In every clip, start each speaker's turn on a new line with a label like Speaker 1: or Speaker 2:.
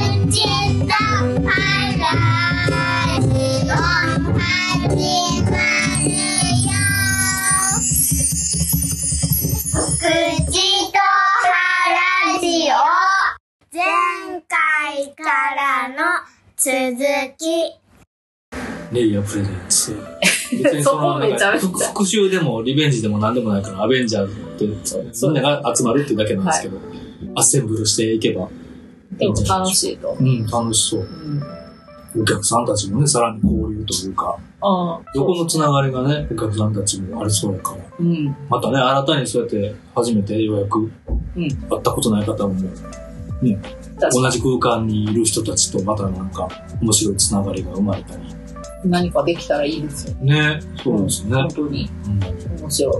Speaker 1: 口の話を始まるよ口と話を前回からの続き
Speaker 2: レイヤープレゼンツ。別にその、
Speaker 3: そこめち
Speaker 2: な
Speaker 3: ゃ
Speaker 2: んか
Speaker 3: めちゃ
Speaker 2: 復復讐でもリベンジでも何でもないから、アベンジャーズって、みんなが集まるっていうだけなんですけど、アッセンブルしていけば。
Speaker 3: でも楽しいと。
Speaker 2: うん、楽しそう
Speaker 3: う。ん。
Speaker 2: お客さんたちもね、さらに交流というか、
Speaker 3: ああ。
Speaker 2: 横のつながりがね、お客さんたちもありそうやから。
Speaker 3: うん。
Speaker 2: またね、新たにそうやって、初めてようやく、
Speaker 3: うん
Speaker 2: 会ったことない方も、
Speaker 3: 確か
Speaker 2: 同じ空間にいる人たちとまたなんか、面白いつながりが生まれたり。
Speaker 3: に何かできたらいいですよ。
Speaker 2: ね、そうですね
Speaker 3: 本。当に。面白い。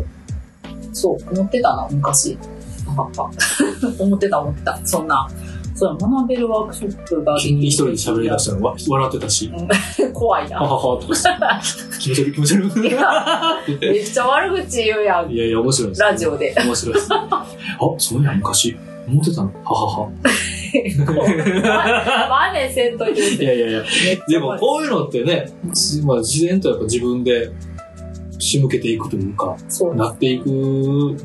Speaker 3: そう、思ってたな、昔。なかった。 思ってた、思ってた。そんな。そう、学べるワークショップがで
Speaker 2: 急
Speaker 3: き
Speaker 2: に一人で喋り出したらわ笑ってたし、
Speaker 3: て怖い
Speaker 2: は
Speaker 3: な。
Speaker 2: ははとかして、気持ち悪い気持ち悪
Speaker 3: いやめっちゃ悪口言うや
Speaker 2: い。
Speaker 3: ん。
Speaker 2: いやいや、面白いです。
Speaker 3: ラジ オで。
Speaker 2: 面白いです。あ、そういや、昔、思ってたの、ははは。
Speaker 3: マネせんといて
Speaker 2: いやいやいや、でもこういうのってね、じまあ、自然とやっぱ自分で仕向けていくというか、
Speaker 3: そう
Speaker 2: なっていく、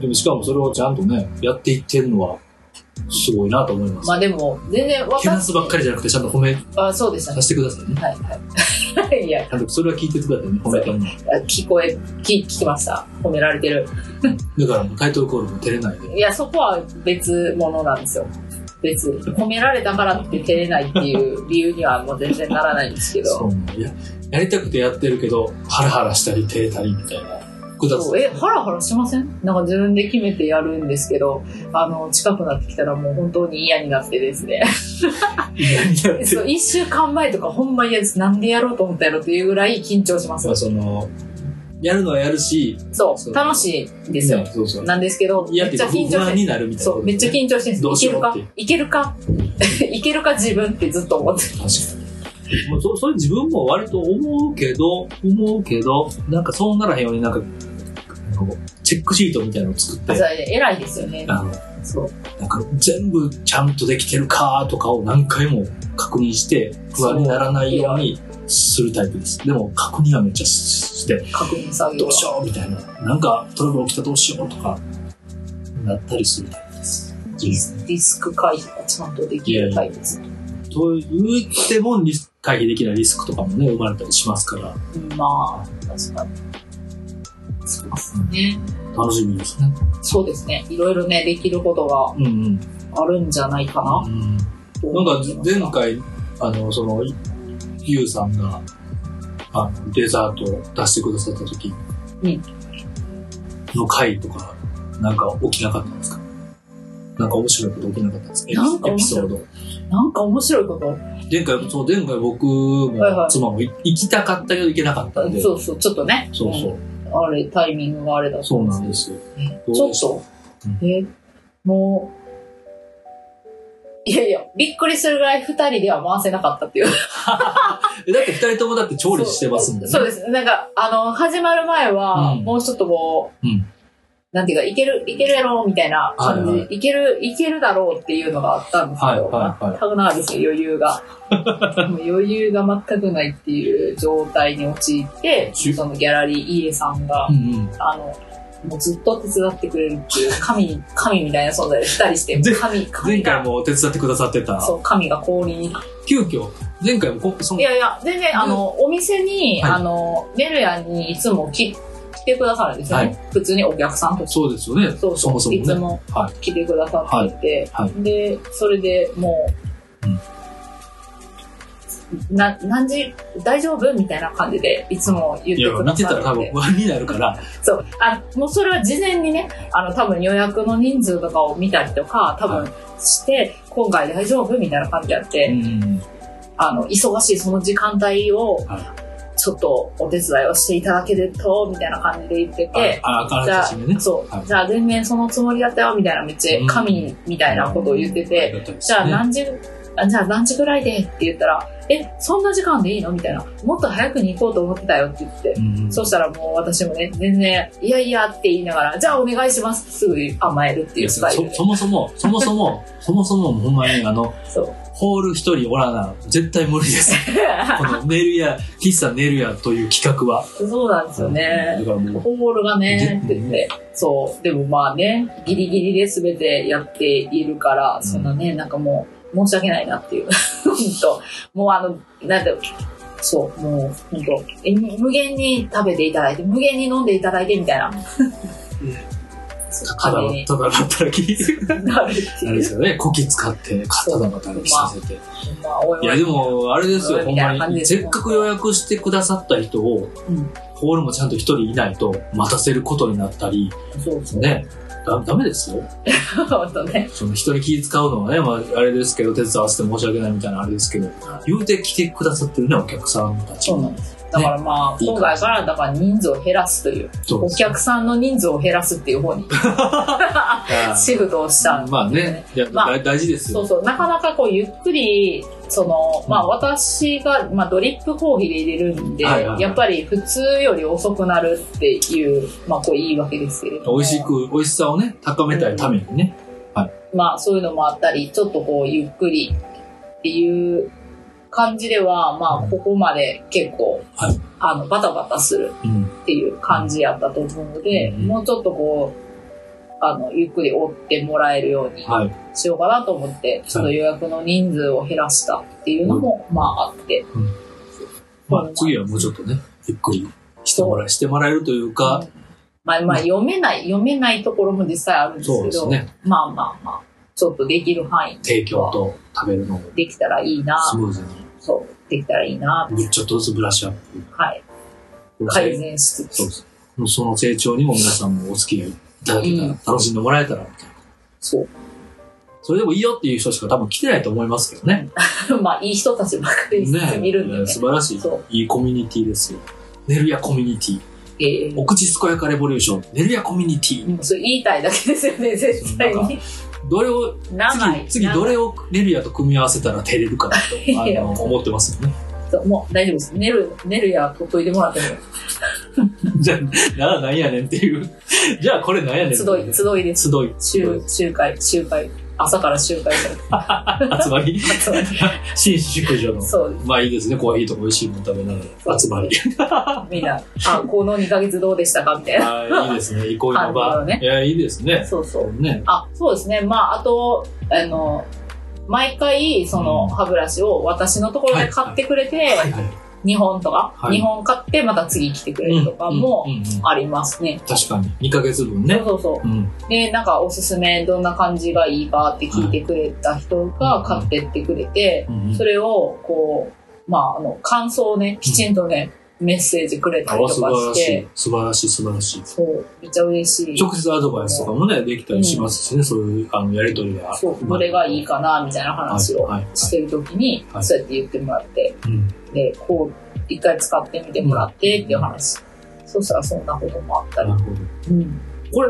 Speaker 2: でもしかもそれをちゃんとね、やっていってるのは、すごいなと思います
Speaker 3: ま。あでも、全然
Speaker 2: けなす
Speaker 3: 私
Speaker 2: ばっかりじゃなくて、ちゃんと褒め
Speaker 3: あ、そうでした
Speaker 2: さ
Speaker 3: ね。
Speaker 2: せてくださいね。
Speaker 3: はいはい。 いや、
Speaker 2: ちゃんとそれは聞いてくださいね、褒めたのに。
Speaker 3: 聞こえ、聞聞きました。褒められてる。
Speaker 2: だからもうタイトルコールも照れないで。
Speaker 3: いや、そこは別物なんですよ。別に。褒められたからって照れないっていう理由にはもう全然ならないんですけ
Speaker 2: そ
Speaker 3: ど。
Speaker 2: うなのややりたくてやってるけど、ハラハラしたり照れたりみたいな。複雑
Speaker 3: そうえ、ハラハラしませんなんか自分で決めてやるんですけど、あの、近くなってきたらもう本当に嫌になってで すね。
Speaker 2: 嫌になって
Speaker 3: そう、一週間前とかほんま嫌です。なんでやろうと思ったやろっていうぐらい緊張します
Speaker 2: まあ。その、やるのはやるし、
Speaker 3: そう、
Speaker 2: そう
Speaker 3: 楽しいですよ
Speaker 2: ね。そうそう。
Speaker 3: なんですけど、め
Speaker 2: 嫌っ
Speaker 3: ってちゃ緊
Speaker 2: いうか不
Speaker 3: 張
Speaker 2: 安
Speaker 3: して
Speaker 2: になるみたいな
Speaker 3: そ
Speaker 2: こと
Speaker 3: う、
Speaker 2: ね。
Speaker 3: めっちゃ緊張してるん
Speaker 2: どう
Speaker 3: です
Speaker 2: し
Speaker 3: いけ
Speaker 2: よ
Speaker 3: る
Speaker 2: うっ
Speaker 3: か
Speaker 2: ていう
Speaker 3: いけるかいけるか 自分ってずっと思ってた。
Speaker 2: 確かに。もうそそれ自分も割と思うけど、思うけど、なんかそうならへんようになんか、なんかこうチェックシートみたいなのを作っ
Speaker 3: あ
Speaker 2: て
Speaker 3: そ、れ偉いですよね。
Speaker 2: あの、
Speaker 3: そう。
Speaker 2: なんか全部ちゃんとできてるかとかを何回も確認して、不安にならないようにするタイプです。でも確認はめっちゃしして、
Speaker 3: 確認作業
Speaker 2: ど
Speaker 3: は
Speaker 2: うしようみたいな。なんかトラブル起きたらどうしようとか、なったりするタイプです。
Speaker 3: ディスディスク回避がちゃんとできるタイプです。
Speaker 2: と言ってもリス回避できないリスクとかもね、生まれたりしますから、
Speaker 3: うんまあ、確かに。そうですね。
Speaker 2: 楽しみですね。
Speaker 3: そうですね。いろいろね、できることが
Speaker 2: うんうん。
Speaker 3: あるんじゃないかな
Speaker 2: うん
Speaker 3: と
Speaker 2: なん
Speaker 3: 思
Speaker 2: か
Speaker 3: います。
Speaker 2: 前回、あの、その、ゆうさんが、あの、デザートを出してくださった時
Speaker 3: うん
Speaker 2: の回とか、なんか起きなかったんですかなんか面白いこと起きなかったんですか
Speaker 3: なんか
Speaker 2: エ
Speaker 3: 面
Speaker 2: ピソ
Speaker 3: 白
Speaker 2: ー
Speaker 3: い
Speaker 2: ド。
Speaker 3: なんか面白いこと
Speaker 2: 前回、そう、前回僕も
Speaker 3: はいはい
Speaker 2: 妻もい行きたかったけど行けなかったんで、
Speaker 3: そうそう、ちょっとね。
Speaker 2: そうそう、
Speaker 3: うんあれ、タイミングがあれだ
Speaker 2: そうなん
Speaker 3: で
Speaker 2: ですよ。
Speaker 3: す。ちょっと、え、もう、いやいや、びっくりするぐらい二人では回せなかったっていう。
Speaker 2: えだって二人ともだって調理してますもんね。
Speaker 3: そうです。なんか、あの、始まる前は、
Speaker 2: うん
Speaker 3: もうちょっとこう、
Speaker 2: うん
Speaker 3: なんていうか、いける、いけるやろ、みたいな感じ、
Speaker 2: はい
Speaker 3: い
Speaker 2: は
Speaker 3: ける、いけるだろうっていうのがあったんですけど、
Speaker 2: はいはいはい
Speaker 3: 全くないですよ、余裕が。もう余裕が全くないっていう状態に陥って、
Speaker 2: し
Speaker 3: そのギャラリー、イエさんが、
Speaker 2: うん
Speaker 3: あの、もうずっと手伝ってくれるっていう、神、神みたいな存在で二人し
Speaker 2: 前
Speaker 3: て、神、
Speaker 2: うん。前
Speaker 3: 神
Speaker 2: 回
Speaker 3: が、
Speaker 2: も手伝ってくださってた。
Speaker 3: そう、神が氷に
Speaker 2: 急遽、前回もこ、その
Speaker 3: い、やいや、全然、あの、お店に、
Speaker 2: はい
Speaker 3: あの、メルヤにいつも来来てくださるんですよね。
Speaker 2: はい
Speaker 3: 普通にお客さんとして。
Speaker 2: そうですよね。
Speaker 3: そう
Speaker 2: そもそもね
Speaker 3: いつも
Speaker 2: はい
Speaker 3: 来てくださっていて、
Speaker 2: はい
Speaker 3: で、それでもう、
Speaker 2: うん
Speaker 3: な、何時、大丈夫みたいな感じで、いつも言っ
Speaker 2: い
Speaker 3: て
Speaker 2: や、
Speaker 3: く
Speaker 2: 見
Speaker 3: だ
Speaker 2: て
Speaker 3: さ
Speaker 2: た
Speaker 3: る
Speaker 2: ら多
Speaker 3: ん
Speaker 2: 分
Speaker 3: で。
Speaker 2: 不安になるから、
Speaker 3: そう。あ、もうそれは事前にね、あの、多分予約の人数とかを見たりとか、多
Speaker 2: は
Speaker 3: 分して、今回大丈夫みたいな感じやって、
Speaker 2: うん
Speaker 3: あの、忙しいその時間帯を
Speaker 2: は、
Speaker 3: ちょっとお手伝いをしていただけると、みたいな感じで言ってて、
Speaker 2: ああから
Speaker 3: じゃ
Speaker 2: かしめね
Speaker 3: あ、。そう、
Speaker 2: はい
Speaker 3: じゃあ全然そのつもりだったよ、みたいな、めっちゃ神みたいなことを言ってて、
Speaker 2: だったりして
Speaker 3: じゃあ
Speaker 2: ね
Speaker 3: 何時あじゃあランチぐらいでって言ったら、え、そんな時間でいいのみたいな。もっと早くに行こうと思ってたよって言って。
Speaker 2: うん
Speaker 3: そしたらもう私もね、全然、いやいやって言いながら、じゃあお願いしますすぐ甘えるって
Speaker 2: い
Speaker 3: い
Speaker 2: や
Speaker 3: うス
Speaker 2: そ
Speaker 3: タイルで。
Speaker 2: そもそも、そもそも、そもそも、ほんまに、あの、
Speaker 3: そう。
Speaker 2: ホール一人おらな、絶対無理 です。この寝るや、喫茶寝るやという企画は。
Speaker 3: そう なんですよね
Speaker 2: だ。からもう、
Speaker 3: ホールがね、
Speaker 2: で
Speaker 3: って言って。そう。でもまあね、ギリギリで全てやっているから、そんなね、なんかもう、申し訳ないなっていう。 ほんと。もうあの、なんだろう。そう、もう、ほんと。え無限に食べていただいて、無限に飲んでいただいてみたいな。そう
Speaker 2: ただ
Speaker 3: 風
Speaker 2: の
Speaker 3: に、
Speaker 2: ただの働き。
Speaker 3: なるって
Speaker 2: あれ
Speaker 3: い
Speaker 2: で
Speaker 3: う。
Speaker 2: すよね、こき使って、肩の働きさせて。
Speaker 3: まあ、お
Speaker 2: い
Speaker 3: いお
Speaker 2: や、
Speaker 3: い
Speaker 2: でも、あれですよ、
Speaker 3: うん
Speaker 2: ほん
Speaker 3: みたいな
Speaker 2: ま
Speaker 3: 感じ
Speaker 2: に。
Speaker 3: ですよ
Speaker 2: せっかく予約してくださった人を、
Speaker 3: うん
Speaker 2: ホールもちゃんと一人いないと待たせることになったり、
Speaker 3: そう そう。
Speaker 2: ね、だダメですよ。
Speaker 3: ほんとね。
Speaker 2: その人に気使うのはね、まあ、あれですけど、手伝わせて申し訳ないみたいなあれですけど、言うて来てくださってるね、お客さんたち
Speaker 3: そうな
Speaker 2: も
Speaker 3: ん。です。だからまあ、今回からだから人数を減らすという、
Speaker 2: そう
Speaker 3: お
Speaker 2: です
Speaker 3: 客さんの人数を減らすっていう 方にシフトをしたんです
Speaker 2: まあね、いや、
Speaker 3: まあ
Speaker 2: だ大事です
Speaker 3: そ
Speaker 2: よ。
Speaker 3: うそう、なかなかこう、ゆっくり、その、まあ私が、まあドリップコーヒーで入れるんで、
Speaker 2: はいはいはい
Speaker 3: やっぱり普通より遅くなるっていう、まあこう言い訳ですけれども。
Speaker 2: 美味しく、美味しさをね、高めたいためにね。
Speaker 3: まあそういうのもあったり、ちょっとこう、ゆっくりっていう感じでは、まあここまで結構、
Speaker 2: はい
Speaker 3: あの、バタバタする
Speaker 2: うん。
Speaker 3: っていう感じやったと思うので、
Speaker 2: うん
Speaker 3: もうちょっとこう、あの、ゆっくり追ってもらえるように
Speaker 2: はい。
Speaker 3: しようかなと思って、ちょっと予約の人数を減らしたっていうのも、まああって。
Speaker 2: うんまあ、次はもうちょっとね、ゆっくりしてもらえ、してもらえるという
Speaker 3: う
Speaker 2: か
Speaker 3: ん、まあまあ読めない、読めないところも実際あるんです
Speaker 2: そう
Speaker 3: け
Speaker 2: です
Speaker 3: ど、
Speaker 2: ね、
Speaker 3: まあまあまあ、ちょっとできる範囲
Speaker 2: 提供と食べるのを
Speaker 3: できたらいいな、
Speaker 2: スムーズ
Speaker 3: そう、できたらいいな、
Speaker 2: に、ちょっとずつブラッシュアッ
Speaker 3: はい、
Speaker 2: プ。
Speaker 3: 改善しつつ
Speaker 2: そう。です。もうその成長にも皆さんもお付き合いいただけた
Speaker 3: う
Speaker 2: ら
Speaker 3: ん、
Speaker 2: 楽しんでもらえたら、
Speaker 3: そう。
Speaker 2: それでもいいよっていう人しか多分来てないと思いますけどね。
Speaker 3: まあいい人たちばっかり
Speaker 2: ね
Speaker 3: すぎるんでね。
Speaker 2: 素晴らしい
Speaker 3: そう。
Speaker 2: いいコミュニティですよ。寝るやコミュニティ。
Speaker 3: ええ
Speaker 2: お口健やかレボリューション。寝るやコミュニティ。
Speaker 3: もうそれ言いたいだけですよ ね、絶対に。
Speaker 2: どれを、
Speaker 3: 長い。
Speaker 2: 次、次どれを寝るやと組み合わせたら照れるかなとあ
Speaker 3: いや
Speaker 2: の思ってますよね。
Speaker 3: 長いもう大丈夫です。寝る、寝るや、ここ入れてもらっ ても、
Speaker 2: じゃあ、ならなんやねんっていう。じゃあこれなんやねんって
Speaker 3: 集
Speaker 2: う
Speaker 3: い、集いです。
Speaker 2: 集い。
Speaker 3: 集、集会、集会。朝から集会されて
Speaker 2: 集まり。
Speaker 3: ます
Speaker 2: 紳士淑女の。
Speaker 3: そうです。
Speaker 2: まあいいですね。コーヒーとか美味しいもの食べながら。集ま り。
Speaker 3: みん な、あ、この2ヶ月どうでしたかみたいな。
Speaker 2: はい、いいですね。憩いの
Speaker 3: あ
Speaker 2: 場。
Speaker 3: のね
Speaker 2: いや、いいですね。
Speaker 3: そうそう。
Speaker 2: ね。
Speaker 3: あ、そうですね。まあ、あと、あの、毎回、その、
Speaker 2: うん
Speaker 3: 歯ブラシを私のところで買ってくれて、
Speaker 2: はい。
Speaker 3: 2本とか、
Speaker 2: はい
Speaker 3: 2本買って、また次来てくれるとかも
Speaker 2: うんうんうんうん
Speaker 3: ありますね。
Speaker 2: 確かに。2ヶ月分
Speaker 3: そう
Speaker 2: ね。
Speaker 3: そうそ
Speaker 2: うん。
Speaker 3: う。で、なんか、おすすめ、どんな感じがいいかって聞いてくれた人が買ってってくれて
Speaker 2: う、んうん
Speaker 3: それを、こう、まあ、あの、感想をね、きちんとね、メッセージくれた
Speaker 2: あ
Speaker 3: りと
Speaker 2: 素
Speaker 3: か
Speaker 2: 晴
Speaker 3: し
Speaker 2: らしい
Speaker 3: て、。
Speaker 2: 素晴らしい、素晴らしい。
Speaker 3: そう、めっちゃ嬉しい。
Speaker 2: 直接アドバイスとかもね、できたりしますしね、そういうあのやりとりが。
Speaker 3: そう、どれがいいかな、みたいな話
Speaker 2: は
Speaker 3: を
Speaker 2: いはいはい
Speaker 3: してるときに、
Speaker 2: はい
Speaker 3: そうやって言ってもらって、
Speaker 2: うん
Speaker 3: で、こう、一回使ってみてもらって、っていう話。そうしたらそんなこともあった
Speaker 2: な
Speaker 3: り
Speaker 2: る。ほど。
Speaker 3: うん。
Speaker 2: これ、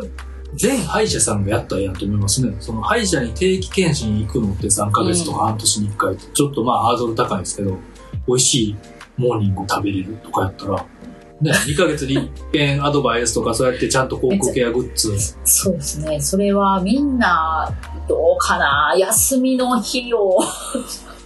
Speaker 2: 全歯医者さんがやったらやんと思いますね。その歯医者に定期検診行くのって3ヶ月とか半年に1回って、ちょっとまあハードル高いですけど、美味しいモーニングを食べれるとかやったら、ね、2ヶ月に一遍アドバイスとか、そうやってちゃんと口腔ケアグッズ、
Speaker 3: そうですね。それはみんな、どうかな休みの 日を。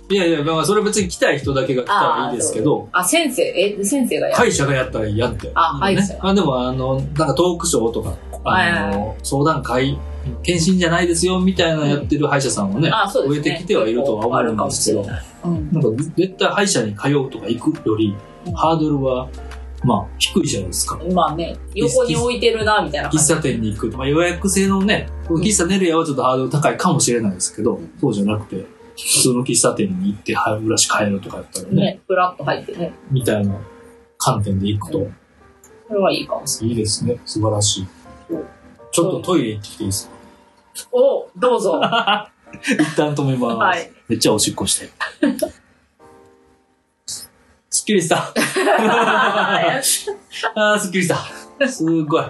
Speaker 2: いやいや、まあ、それ別に来たい人だけが来たらいいですけど、
Speaker 3: あ、先生、え、先生がやる。
Speaker 2: 歯医者がやったらいいやんって。
Speaker 3: あ歯医者
Speaker 2: ねあ、でも、あの、なんかトークショーとか、あ
Speaker 3: はいはい
Speaker 2: の、相談会、検診じゃないですよ、みたいなのやってる歯医者さんもね、
Speaker 3: あ、そう
Speaker 2: 増
Speaker 3: で
Speaker 2: え
Speaker 3: すね。
Speaker 2: てきてはいるとは
Speaker 3: あ
Speaker 2: 思う
Speaker 3: る
Speaker 2: ん
Speaker 3: かも
Speaker 2: です
Speaker 3: し
Speaker 2: け
Speaker 3: れ
Speaker 2: ど、
Speaker 3: ない。うん。
Speaker 2: なんか絶対歯医者に通うとか行くより、ハードルは、まあ、低いじゃないですか。
Speaker 3: まあね、横に置いてるな、みたいな
Speaker 2: 喫
Speaker 3: 感じ。
Speaker 2: 茶店に行く。まあ、予約制のね、この喫茶ネルヤはちょっとハードル高いかもしれないですけど、
Speaker 3: ん
Speaker 2: そうじゃなくて、普通の喫茶店に行って歯ブラシ変えるとかやったらね、
Speaker 3: ね、ふらっと入ってね。
Speaker 2: みたいな観点で行くと、
Speaker 3: それはいいかもしれない。
Speaker 2: いいですね。素晴らしい
Speaker 3: うん。
Speaker 2: ちょっとトイレ行ってきていいですか
Speaker 3: お、どう ぞ。
Speaker 2: 一旦止めます。
Speaker 3: はい
Speaker 2: めっちゃおしっこして。 すっきりした。あーすっきりした。すっごい。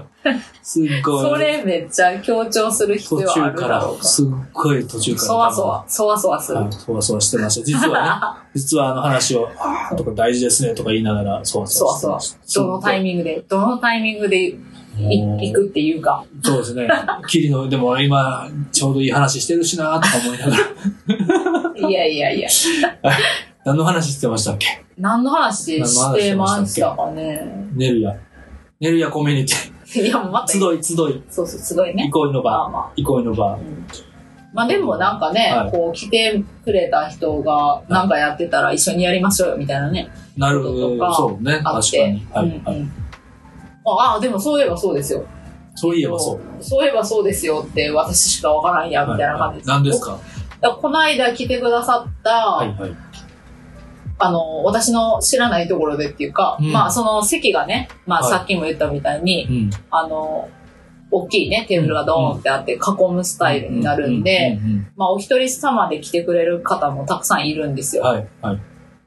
Speaker 2: すっごい。
Speaker 3: それめっちゃ強調する必
Speaker 2: 途
Speaker 3: 要あ
Speaker 2: 中
Speaker 3: る
Speaker 2: か
Speaker 3: だ
Speaker 2: ら
Speaker 3: ろう、か。
Speaker 2: すっごい途中から。
Speaker 3: そわそわ、そわそわする
Speaker 2: は。い、そわそわしてました。実はね、 実はあの話を、あーとか大事ですねとか言いながら、そわそ
Speaker 3: そ
Speaker 2: わ
Speaker 3: わ
Speaker 2: して
Speaker 3: そ
Speaker 2: ま
Speaker 3: わ
Speaker 2: した。。
Speaker 3: どのタイ
Speaker 2: ミ
Speaker 3: ミングで、どのタイミングでい行くっていうか。
Speaker 2: そうですね。キリの、でも今、ちょうどいい話してるしなーとか思いな がら、
Speaker 3: いやいやいや。
Speaker 2: 何の話してましたっけ
Speaker 3: 何の話してましたかね。
Speaker 2: ネルヤ。ネルヤコミュニテ ィ。
Speaker 3: いや、もう待
Speaker 2: 集
Speaker 3: って。
Speaker 2: い集い。
Speaker 3: そうそう、すごいね。
Speaker 2: 憩いの
Speaker 3: まあ
Speaker 2: 場。
Speaker 3: まあ。
Speaker 2: 憩いの場。
Speaker 3: まあでもなんかね、
Speaker 2: はい
Speaker 3: こう来てくれた人がなんかやってたら一緒にやりましょうよみたいなね、
Speaker 2: なるほど。そうね。確
Speaker 3: あ
Speaker 2: か
Speaker 3: って
Speaker 2: に。。はい、
Speaker 3: うん
Speaker 2: は
Speaker 3: う
Speaker 2: い。
Speaker 3: んああ、でもそういえばそうですよ。
Speaker 2: そういえばそう。
Speaker 3: そういえばそうですよって私しかわからんや、みたいな感じです。
Speaker 2: 何ですか
Speaker 3: だからこの間来てくださった、
Speaker 2: はいはい。
Speaker 3: あの、私の知らないところでっていうか、
Speaker 2: うん
Speaker 3: まあその席がね、まあ
Speaker 2: はい
Speaker 3: さっきも言ったみたいに、
Speaker 2: うん。
Speaker 3: あの、大きいね、テーブルがドーンってあって囲むスタイルになるんで、
Speaker 2: うん。うん
Speaker 3: まあお一人様で来てくれる方もたくさんいるんです
Speaker 2: うん
Speaker 3: よ。
Speaker 2: はいはい。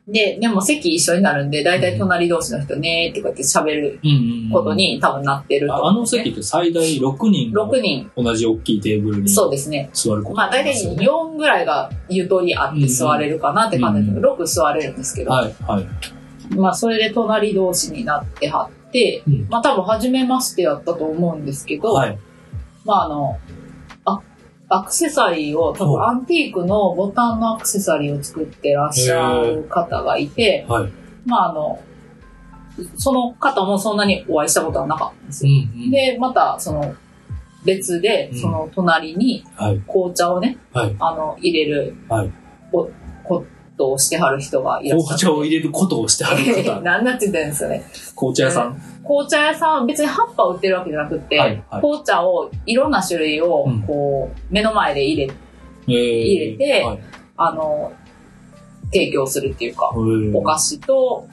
Speaker 3: で、でも席一緒になるんで、だいたい隣同士の人ねーってこうやって喋る
Speaker 2: うんうんうん
Speaker 3: ことに多分なってると
Speaker 2: あ
Speaker 3: 思
Speaker 2: あ
Speaker 3: うん
Speaker 2: の
Speaker 3: ですね、
Speaker 2: 席って最大6人が
Speaker 3: 6人。
Speaker 2: 同じ大きいテーブルに
Speaker 3: そ
Speaker 2: 座
Speaker 3: うですね。
Speaker 2: ること
Speaker 3: まあ大体
Speaker 2: ですよね
Speaker 3: 4ぐらいがゆとりあって座れるかなって感じですけど、6座れるんですけど、
Speaker 2: はいはい。
Speaker 3: まあそれで隣同士になってはって、
Speaker 2: うん
Speaker 3: まあ多分初めましてやったと思うんですけど、
Speaker 2: はい。
Speaker 3: まああの、あアクセサリーを、多分
Speaker 2: は
Speaker 3: アンティークのボタンのアクセサリーを作ってらっしゃる方がいて、
Speaker 2: はい。
Speaker 3: まああの、その方もそんなにお会いしたことはなかったんです
Speaker 2: う
Speaker 3: よ。
Speaker 2: んうん。
Speaker 3: で、またその別で
Speaker 2: う、ん
Speaker 3: その隣に
Speaker 2: はい。
Speaker 3: 紅茶をね、
Speaker 2: はい
Speaker 3: あの、入れる、
Speaker 2: はい
Speaker 3: おことをしてはる人がいらっしゃ
Speaker 2: 紅
Speaker 3: る。
Speaker 2: 茶を入れることをしてはる方。
Speaker 3: 何だって言ってるんですよね。
Speaker 2: 紅茶屋さん。
Speaker 3: 紅茶屋さんは別に葉っぱ売ってるわけじゃなくて、
Speaker 2: はいはい
Speaker 3: 紅茶をいろんな種類を
Speaker 2: うん
Speaker 3: こう、目の前で入れ
Speaker 2: 入
Speaker 3: 入れて
Speaker 2: はい。
Speaker 3: あの、提供するっていうか、お菓子と、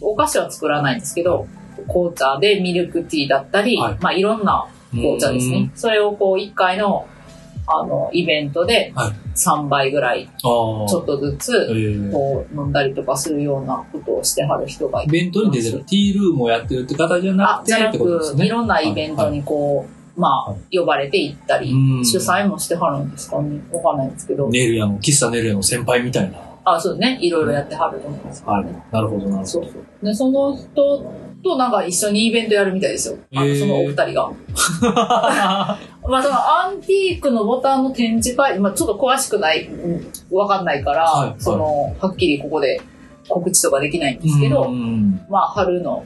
Speaker 3: お菓子は作らないんですけど、紅茶でミルクティーだったり、
Speaker 2: はい
Speaker 3: まあいろんな紅茶ですね。。それをこう1回の、あの、イベントで
Speaker 2: はい
Speaker 3: 3杯ぐらい、
Speaker 2: うんああ。
Speaker 3: ちょっとずつ、
Speaker 2: えー
Speaker 3: こう飲んだりとかするようなことをしてはる人がい
Speaker 2: イ
Speaker 3: て。
Speaker 2: ベントに出てるティールームをやってるって方じゃな
Speaker 3: あ、
Speaker 2: くて
Speaker 3: じゃ
Speaker 2: っ
Speaker 3: な
Speaker 2: てことです
Speaker 3: く、
Speaker 2: ね。
Speaker 3: いろんなイベントにこう、まあ、呼ばれて行ったり、
Speaker 2: うん
Speaker 3: 主催もしてはるんですかね。わかんないんですけど。
Speaker 2: ネルヤの、喫茶ネルヤの先輩みたいな。
Speaker 3: あ、そうね。いろいろやってはると思いますけど
Speaker 2: は
Speaker 3: ね、
Speaker 2: い。なるほど、 なる
Speaker 3: そ
Speaker 2: ほ
Speaker 3: う
Speaker 2: ど。
Speaker 3: そう。で、その人となんか一緒にイベントやるみたいですよ。あ
Speaker 2: へ
Speaker 3: の
Speaker 2: ー
Speaker 3: そのお二人が。まあ、そのアンティークのボタンの展示会、まあ、ちょっと詳しくない、うんわかんないから、
Speaker 2: はいはい
Speaker 3: その、はっきりここで告知とかできないんですけど、
Speaker 2: うん
Speaker 3: まあ、春の、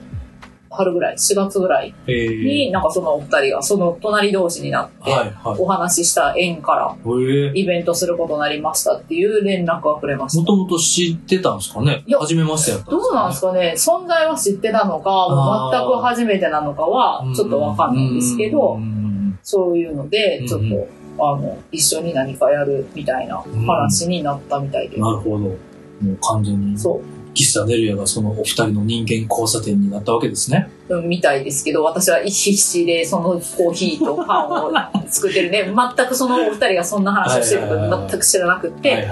Speaker 3: 春ぐらい、4月ぐらい
Speaker 2: えー
Speaker 3: に、なんかそのお二人が、その隣同士になって、
Speaker 2: はい、はい。
Speaker 3: お話しした縁から、
Speaker 2: ええ。
Speaker 3: イベントすることになりましたっていう連絡がくれました
Speaker 2: も。ともと知ってたんですかね
Speaker 3: いや
Speaker 2: 初めましてやった
Speaker 3: どうなんですかね存在は知ってたのか、もう全く初めてなのかは、ちょっとわかんないんですけ
Speaker 2: う
Speaker 3: ど
Speaker 2: ん、うん
Speaker 3: そういうので
Speaker 2: う、ん
Speaker 3: ちょっと、あの、一緒に何かやるみたいな話になったみたいで
Speaker 2: うん。なるほど。もう完全に、
Speaker 3: そ
Speaker 2: 喫茶ネルヤがそのお二人の人間交差点になったわけですね。
Speaker 3: う、うんみたいですけど、私は必死でそのコーヒーとパ ンを作ってるね。全くそのお二人がそんな話をしてる
Speaker 2: はいはい
Speaker 3: こ
Speaker 2: はい
Speaker 3: と全く知らなく
Speaker 2: はい
Speaker 3: て、
Speaker 2: はい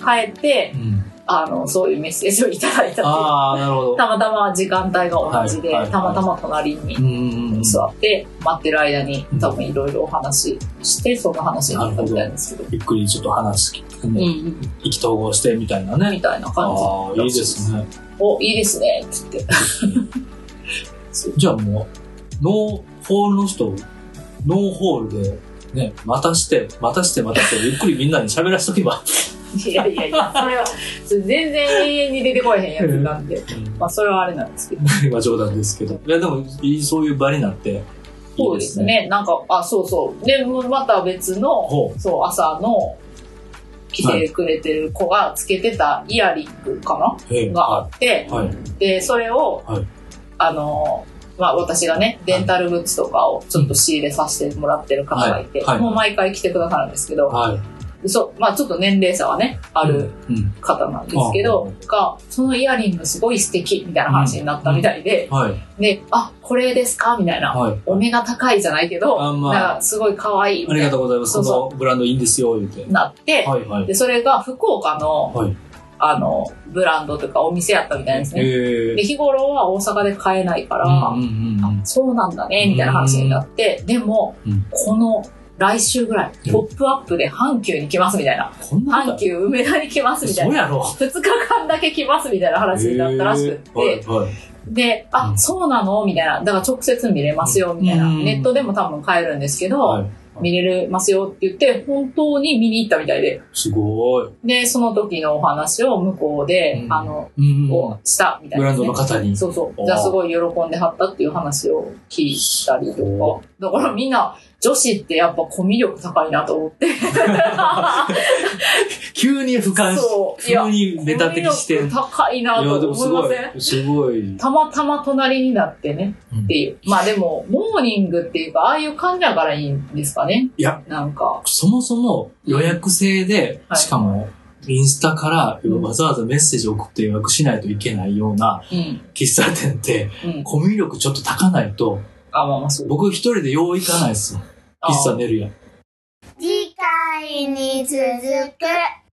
Speaker 2: はい。
Speaker 3: 帰って
Speaker 2: う、ん、
Speaker 3: あの、そういうメッセージをいただいたっていう
Speaker 2: ああ、なるほど。
Speaker 3: たまたま時間帯が同じで
Speaker 2: はいはいは、い
Speaker 3: たまたま隣に
Speaker 2: うんうんうん。
Speaker 3: 座って待ってる間に
Speaker 2: うん
Speaker 3: 多分いろいろお話ししてその話になったみたいですけど、
Speaker 2: ゆっくりちょっと話聞く
Speaker 3: うん
Speaker 2: ね、
Speaker 3: うん
Speaker 2: 意気投合してみたいなね。
Speaker 3: みたいな感
Speaker 2: あ
Speaker 3: じ
Speaker 2: あ、いいですね。
Speaker 3: おいいですねって言って
Speaker 2: じゃあもう、ノーホールの人、ノーホールで、ね、またして、またして、またして、ゆっくりみんなに喋らしとけば。
Speaker 3: いやいやいやそれはそれ全然永遠に出てこえへんやつなんで、 まあそれはあれなんですけど
Speaker 2: まあ冗談ですけど。いや、でも、いいそういう場になって、いい
Speaker 3: そうです。ねなんかあそうそうでまた別の
Speaker 2: ほ
Speaker 3: そう朝の来てくれてる子がつけてたイヤリングかな、
Speaker 2: う。ええ
Speaker 3: があ
Speaker 2: は
Speaker 3: って、
Speaker 2: い。はい。
Speaker 3: で、それを、
Speaker 2: はい
Speaker 3: あの、まあ私がね、デンタルグッズとかをちょっと仕入れさせてもらってる方がいて、
Speaker 2: はいはい
Speaker 3: もう毎回来てくださるんですけど、
Speaker 2: はい。
Speaker 3: そう、まあちょっと年齢差はね、ある
Speaker 2: うん。うん。
Speaker 3: 方なんですけど、が、そのイヤリングすごい素敵みたいな話になったみたいで、
Speaker 2: はい。
Speaker 3: で、あ、これですかみたいな。
Speaker 2: はい。
Speaker 3: お目が高いじゃないけど、
Speaker 2: あんま
Speaker 3: なんかすごい可愛いみ
Speaker 2: あ
Speaker 3: た
Speaker 2: り
Speaker 3: い
Speaker 2: がとう
Speaker 3: な
Speaker 2: ございます。
Speaker 3: そ
Speaker 2: こ
Speaker 3: うそう
Speaker 2: のブランドいいんですよ、言うて。
Speaker 3: なって、
Speaker 2: はいはい。
Speaker 3: で、それが福岡の、
Speaker 2: はい。
Speaker 3: あの、ブランドとかお店やったみたいです
Speaker 2: え
Speaker 3: ね。
Speaker 2: ー
Speaker 3: で、日頃は大阪で買えないから、
Speaker 2: うんうんうん
Speaker 3: あそうなんだね、みたいな話になって、でも、
Speaker 2: うん
Speaker 3: この来週ぐら
Speaker 2: う
Speaker 3: い、
Speaker 2: ん
Speaker 3: ポップアップで阪急に来ますみたいな。
Speaker 2: こんな
Speaker 3: 阪急梅田に来ますみたい
Speaker 2: そう
Speaker 3: な。
Speaker 2: やろ。
Speaker 3: 2日間だけ来ますみたいな話になったらしくって、
Speaker 2: えーはいはい
Speaker 3: で、あ、
Speaker 2: うん
Speaker 3: そうなのみたいな。だから直接見れますよ、みたいな。
Speaker 2: うん
Speaker 3: ネットでも多分買えるんですけど、
Speaker 2: はい
Speaker 3: 見れますよって言って、本当に見に行ったみたいで。
Speaker 2: すごい。
Speaker 3: で、その時のお話を向こうで、
Speaker 2: うん
Speaker 3: あの、
Speaker 2: うん
Speaker 3: をしたみたい
Speaker 2: ブ
Speaker 3: な
Speaker 2: ラ
Speaker 3: ね、
Speaker 2: ンドの方に。
Speaker 3: そうそう。
Speaker 2: おー
Speaker 3: じゃあすごい喜んではったっていう話を聞いたりと
Speaker 2: お
Speaker 3: か。だからみんな、女子ってやっぱコミュ力高いなと 思って。
Speaker 2: 急に俯瞰し、
Speaker 3: そういや
Speaker 2: 急にメタ的視
Speaker 3: コ
Speaker 2: 点。い
Speaker 3: ミュ力高いな
Speaker 2: や、で
Speaker 3: と
Speaker 2: も
Speaker 3: 思
Speaker 2: す
Speaker 3: いま
Speaker 2: ご
Speaker 3: せ
Speaker 2: い
Speaker 3: ん。
Speaker 2: すごい。
Speaker 3: たまたま隣になってね
Speaker 2: うん
Speaker 3: っていう。まあでも、モーニングっていうか、ああいう感じだからいいんですかね。
Speaker 2: いや、
Speaker 3: なんか。
Speaker 2: そもそも予約制で、
Speaker 3: はい
Speaker 2: しかも、インスタから
Speaker 3: うん
Speaker 2: わざわざメッセージを送って予約しないといけないような
Speaker 3: うん。
Speaker 2: 喫茶店って、
Speaker 3: うん。
Speaker 2: コミュ力ちょっと高ないと、
Speaker 3: あ、まあまあそう。
Speaker 2: 僕一人でよう行かないっすもん。喫茶
Speaker 3: あー
Speaker 2: 寝るやん。
Speaker 1: 次回に続く。